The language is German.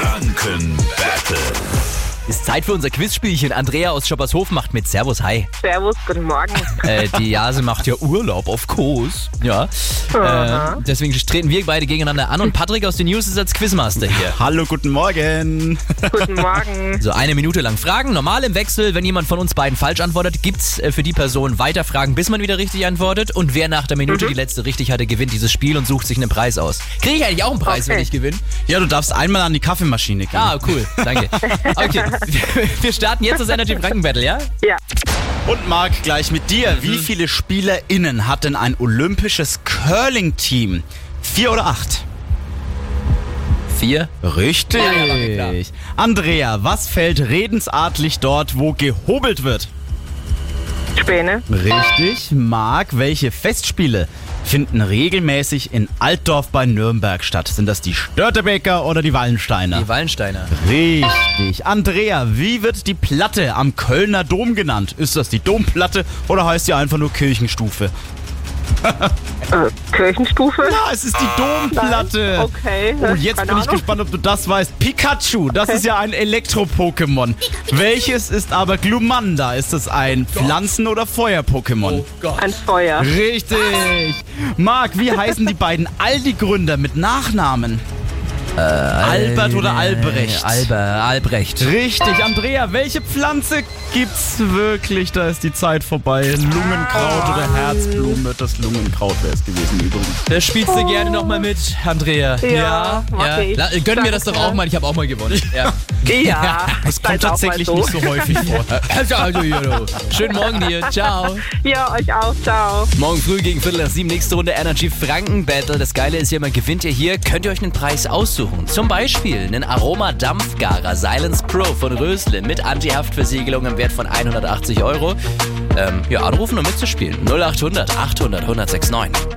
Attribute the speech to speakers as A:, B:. A: Franken Battle.
B: Ist Zeit für unser Quizspielchen. Andrea aus Schoppershof macht mit. Servus, hi.
C: Servus, guten Morgen.
B: Äh, die Jase macht ja Urlaub auf Kurs. Ja.
C: Aha.
B: Äh, deswegen treten wir beide gegeneinander an. Und Patrick aus den News ist als Quizmaster hier.
A: Hallo, guten Morgen.
C: guten Morgen.
B: So eine Minute lang Fragen, normal im Wechsel. Wenn jemand von uns beiden falsch antwortet, gibt's äh, für die Person weiter Fragen, bis man wieder richtig antwortet. Und wer nach der
C: Mhm.
B: Minute die letzte richtig hatte, gewinnt dieses Spiel und sucht sich einen Preis aus. Kriege ich eigentlich auch einen Preis, wenn
C: Okay.
B: ich gewinne?
A: Ja, du darfst einmal an die Kaffeemaschine gehen.
B: Ah, cool. Danke. Okay, wir starten jetzt das Energy Franken Battle, ja?
C: Ja,
A: Und Marc, gleich mit dir. Wie viele SpielerInnen hat denn ein olympisches Curling-Team? Vier oder acht?
B: Vier. klar.
A: Richtig. Andrea, was fällt redensartlich dort, wo gehobelt wird?
C: Späne,
A: Richtig. Marc, welche Festspiele finden regelmäßig in Altdorf bei Nürnberg statt? Sind das die Störtebeker oder die Wallensteiner?
B: Die Wallensteiner.
A: Richtig. Andrea, wie wird die Platte am Kölner Dom genannt? Ist das die Domplatte oder heißt sie einfach nur Kirchenstufe?
C: äh, Kirchenstufe.
A: Ja, es ist die Domplatte.
C: Ah, Nein. Okay.
A: Oh, jetzt
C: Keine
A: bin ich
C: Ahnung.
A: gespannt, ob du das weißt. Pikachu, das ist ja ein Elektro-Pokémon. Welches ist aber Glumanda? Ist das ein Pflanzen- oder
C: Oh.
A: Feuer-Pokémon?
B: Gott.
C: Ein Feuer.
A: Richtig.
C: Ah.
A: Marc, wie heißen die beiden Aldi-Gründer mit Nachnamen? Albert oder Albrecht?
B: Albert, Albrecht.
A: Richtig, Andrea, welche Pflanze gibt's wirklich? Da ist die Zeit vorbei. Lungenkraut oder Herzblume? Das Lungenkraut wäre es gewesen übrigens.
B: Da Äh, spielst du gerne nochmal mit, Andrea.
C: Ja, mach ich.
B: La- Gönn mir das doch auch mal, ich habe auch mal gewonnen. Ja.
C: Ja,
A: Das kommt
C: seid auch mal
A: tatsächlich nicht so häufig vor.
B: Also, also, Jolo. Schönen Morgen dir. Ciao.
C: Ja, euch auch. Ciao.
B: Morgen früh gegen Viertel nach sieben, nächste Runde Energy Franken Battle. Das Geile ist ja, man gewinnt ja hier, könnt ihr euch einen Preis aussuchen. Zum Beispiel einen Aroma-Dampfgarer Silence Pro von Rösle mit Anti-Haftversiegelung im Wert von 180 Euro. Ähm, ja, anrufen, um mitzuspielen. 0800 800 1069.